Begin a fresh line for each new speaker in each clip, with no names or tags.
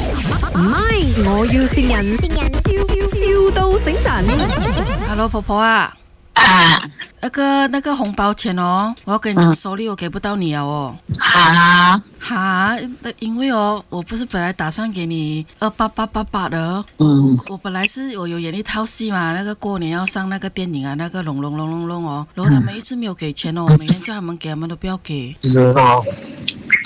唔係，我要善人，笑笑到醒神。
Hello，婆婆啊，
啊，
那个那个红包钱哦，我要跟你讲，sorry，我给不到你了哦。
好，
哈，那因为哦，我不是本来打算给你二八八八八的，
嗯
我本来是我有演一套戏嘛，那个过年要上那个电影啊，那个龙龙龙龙龙哦，然后他们一直没有给钱哦，我每天叫他们给，他们都不要给。
是哦，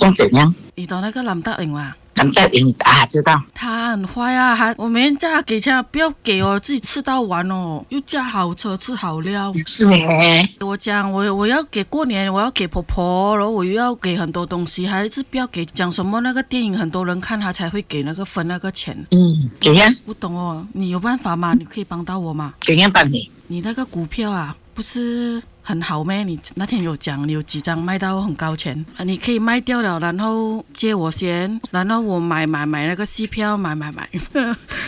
要怎样？
你懂那个蓝大颖啊？
能不能赢啊？知道？
他很坏啊，还我每天叫他给钱，不要给哦，自己吃到完哦，又驾好车吃好料。
嗯是没？
我讲，我我要给过年，我要给婆婆，然后我又要给很多东西，还是不要给讲什么那个电影很多人看，他才会给那个分那个钱。
嗯，怎样？
不懂哦，你有办法吗？你可以帮到我吗？
怎样帮你？
你那个股票啊，不是很好咩？你那天有讲，你有几张卖到很高钱，啊你可以卖掉了，然后借我先，然后我买买买那个戏票，买买买，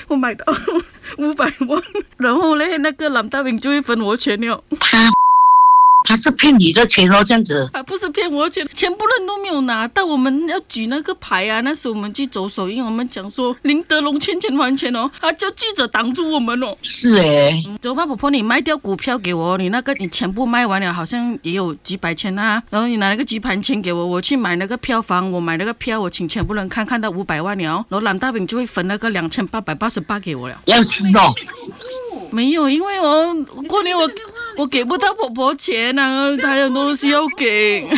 我买到五百万，然后嘞，那个蓝大明就会分我钱了。
他他是骗你的钱哦，这样子。
啊，不是骗我钱，全部人都没有拿到。我们要举那个牌啊，那时候我们去走手印，我们讲说林德龙欠钱还钱哦，他叫记者挡住我们哦。
是诶，
嗯走吧，婆婆，你卖掉股票给我，你那个你全部卖完了，好像也有几百千啊。然后你拿那个几百千给我，我去买那个票房，我买那个票，我请全部人看，看到五百万了，然后蓝大饼就会分那个两千八百八十八给我了。
要死哦，
没有，因为我过年我我给不到婆婆钱啊，还有东西要给。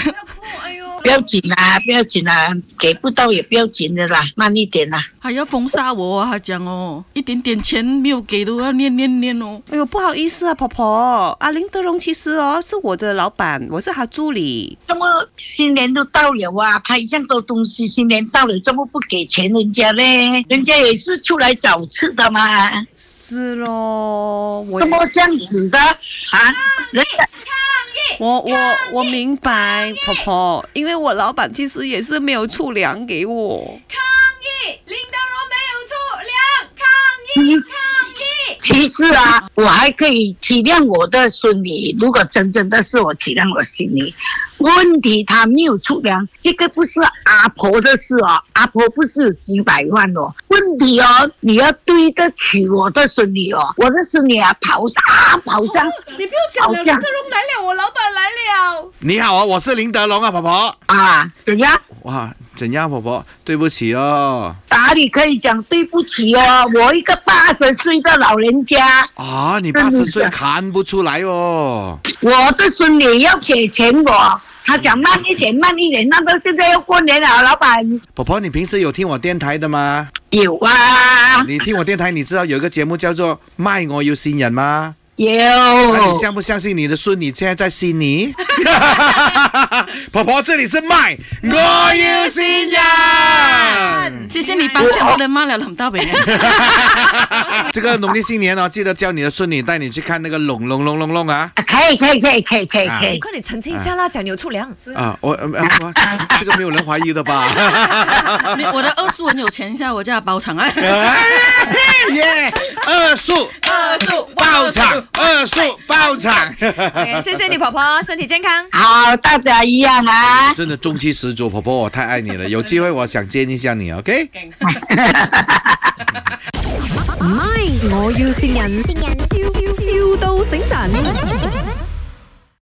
不要紧啦，不要紧啦，给不到也不要紧的啦，慢一点啦。
还要封杀我啊！他讲哦，一点点钱没有给都要念念念哦。
哎呦，不好意思啊，婆婆，啊，林德荣其实哦是我的老板，我是他助理。
那么新年都到了啊，拍这么多东西，新年到了怎么不给钱人家嘞？人家也是出来找吃的嘛，
是咯，我
怎么这样子的啊？人家。
我我我明白，婆婆，因为我老板其实也是没有出粮给我。
其实啊，我还可以体谅我的孙女。如果真正的是我体谅我孙女，问题她没有出粮，这个不是阿婆的事哦，阿婆不是有几百万哦。问题哦，你要对得起我的孙女哦，我的孙女啊，跑上跑上，
哦你不要
讲了林德
荣来了，我老板来了。
你好啊，我是林德龙啊，婆婆。
啊，怎样？
哇，怎样，婆婆？对不起哦。
打你可以讲对不起哦，我一个八十岁的老人家，
啊，你
对
八
不起
十岁看不出来哦。
我的孙女要给钱我，她讲慢一点，慢一点，那都现在要过年了，老板。
婆婆，你平时有听我电台的吗？
有啊，
你听我电台，你知道有一个节目叫做《卖我有新人》吗？
有。哦
那你相不相信你的孙女现在在悉尼？ 婆婆，这里是卖我有新人。
谢谢你帮全部人骂了冷大饼。
啊这个农历新年哦，记得叫你的孙女带你去看那个龙龙龙龙龙啊。
啊可以可以可以可以可以可以，
快点澄清一下啦，讲你有出粮。
啊，我呃呃我这个没有人怀疑的吧？
你我的二叔很有钱，下我叫他包场啊。
耶！二叔
二叔
爆场，二叔爆场，
OK，谢谢哎你婆婆，身体健康。
好，大家一样啊。
真的中气十足，婆婆，我太爱你了。有机会我想见一下你，OK？
唔係，我要善人，笑笑到醒神。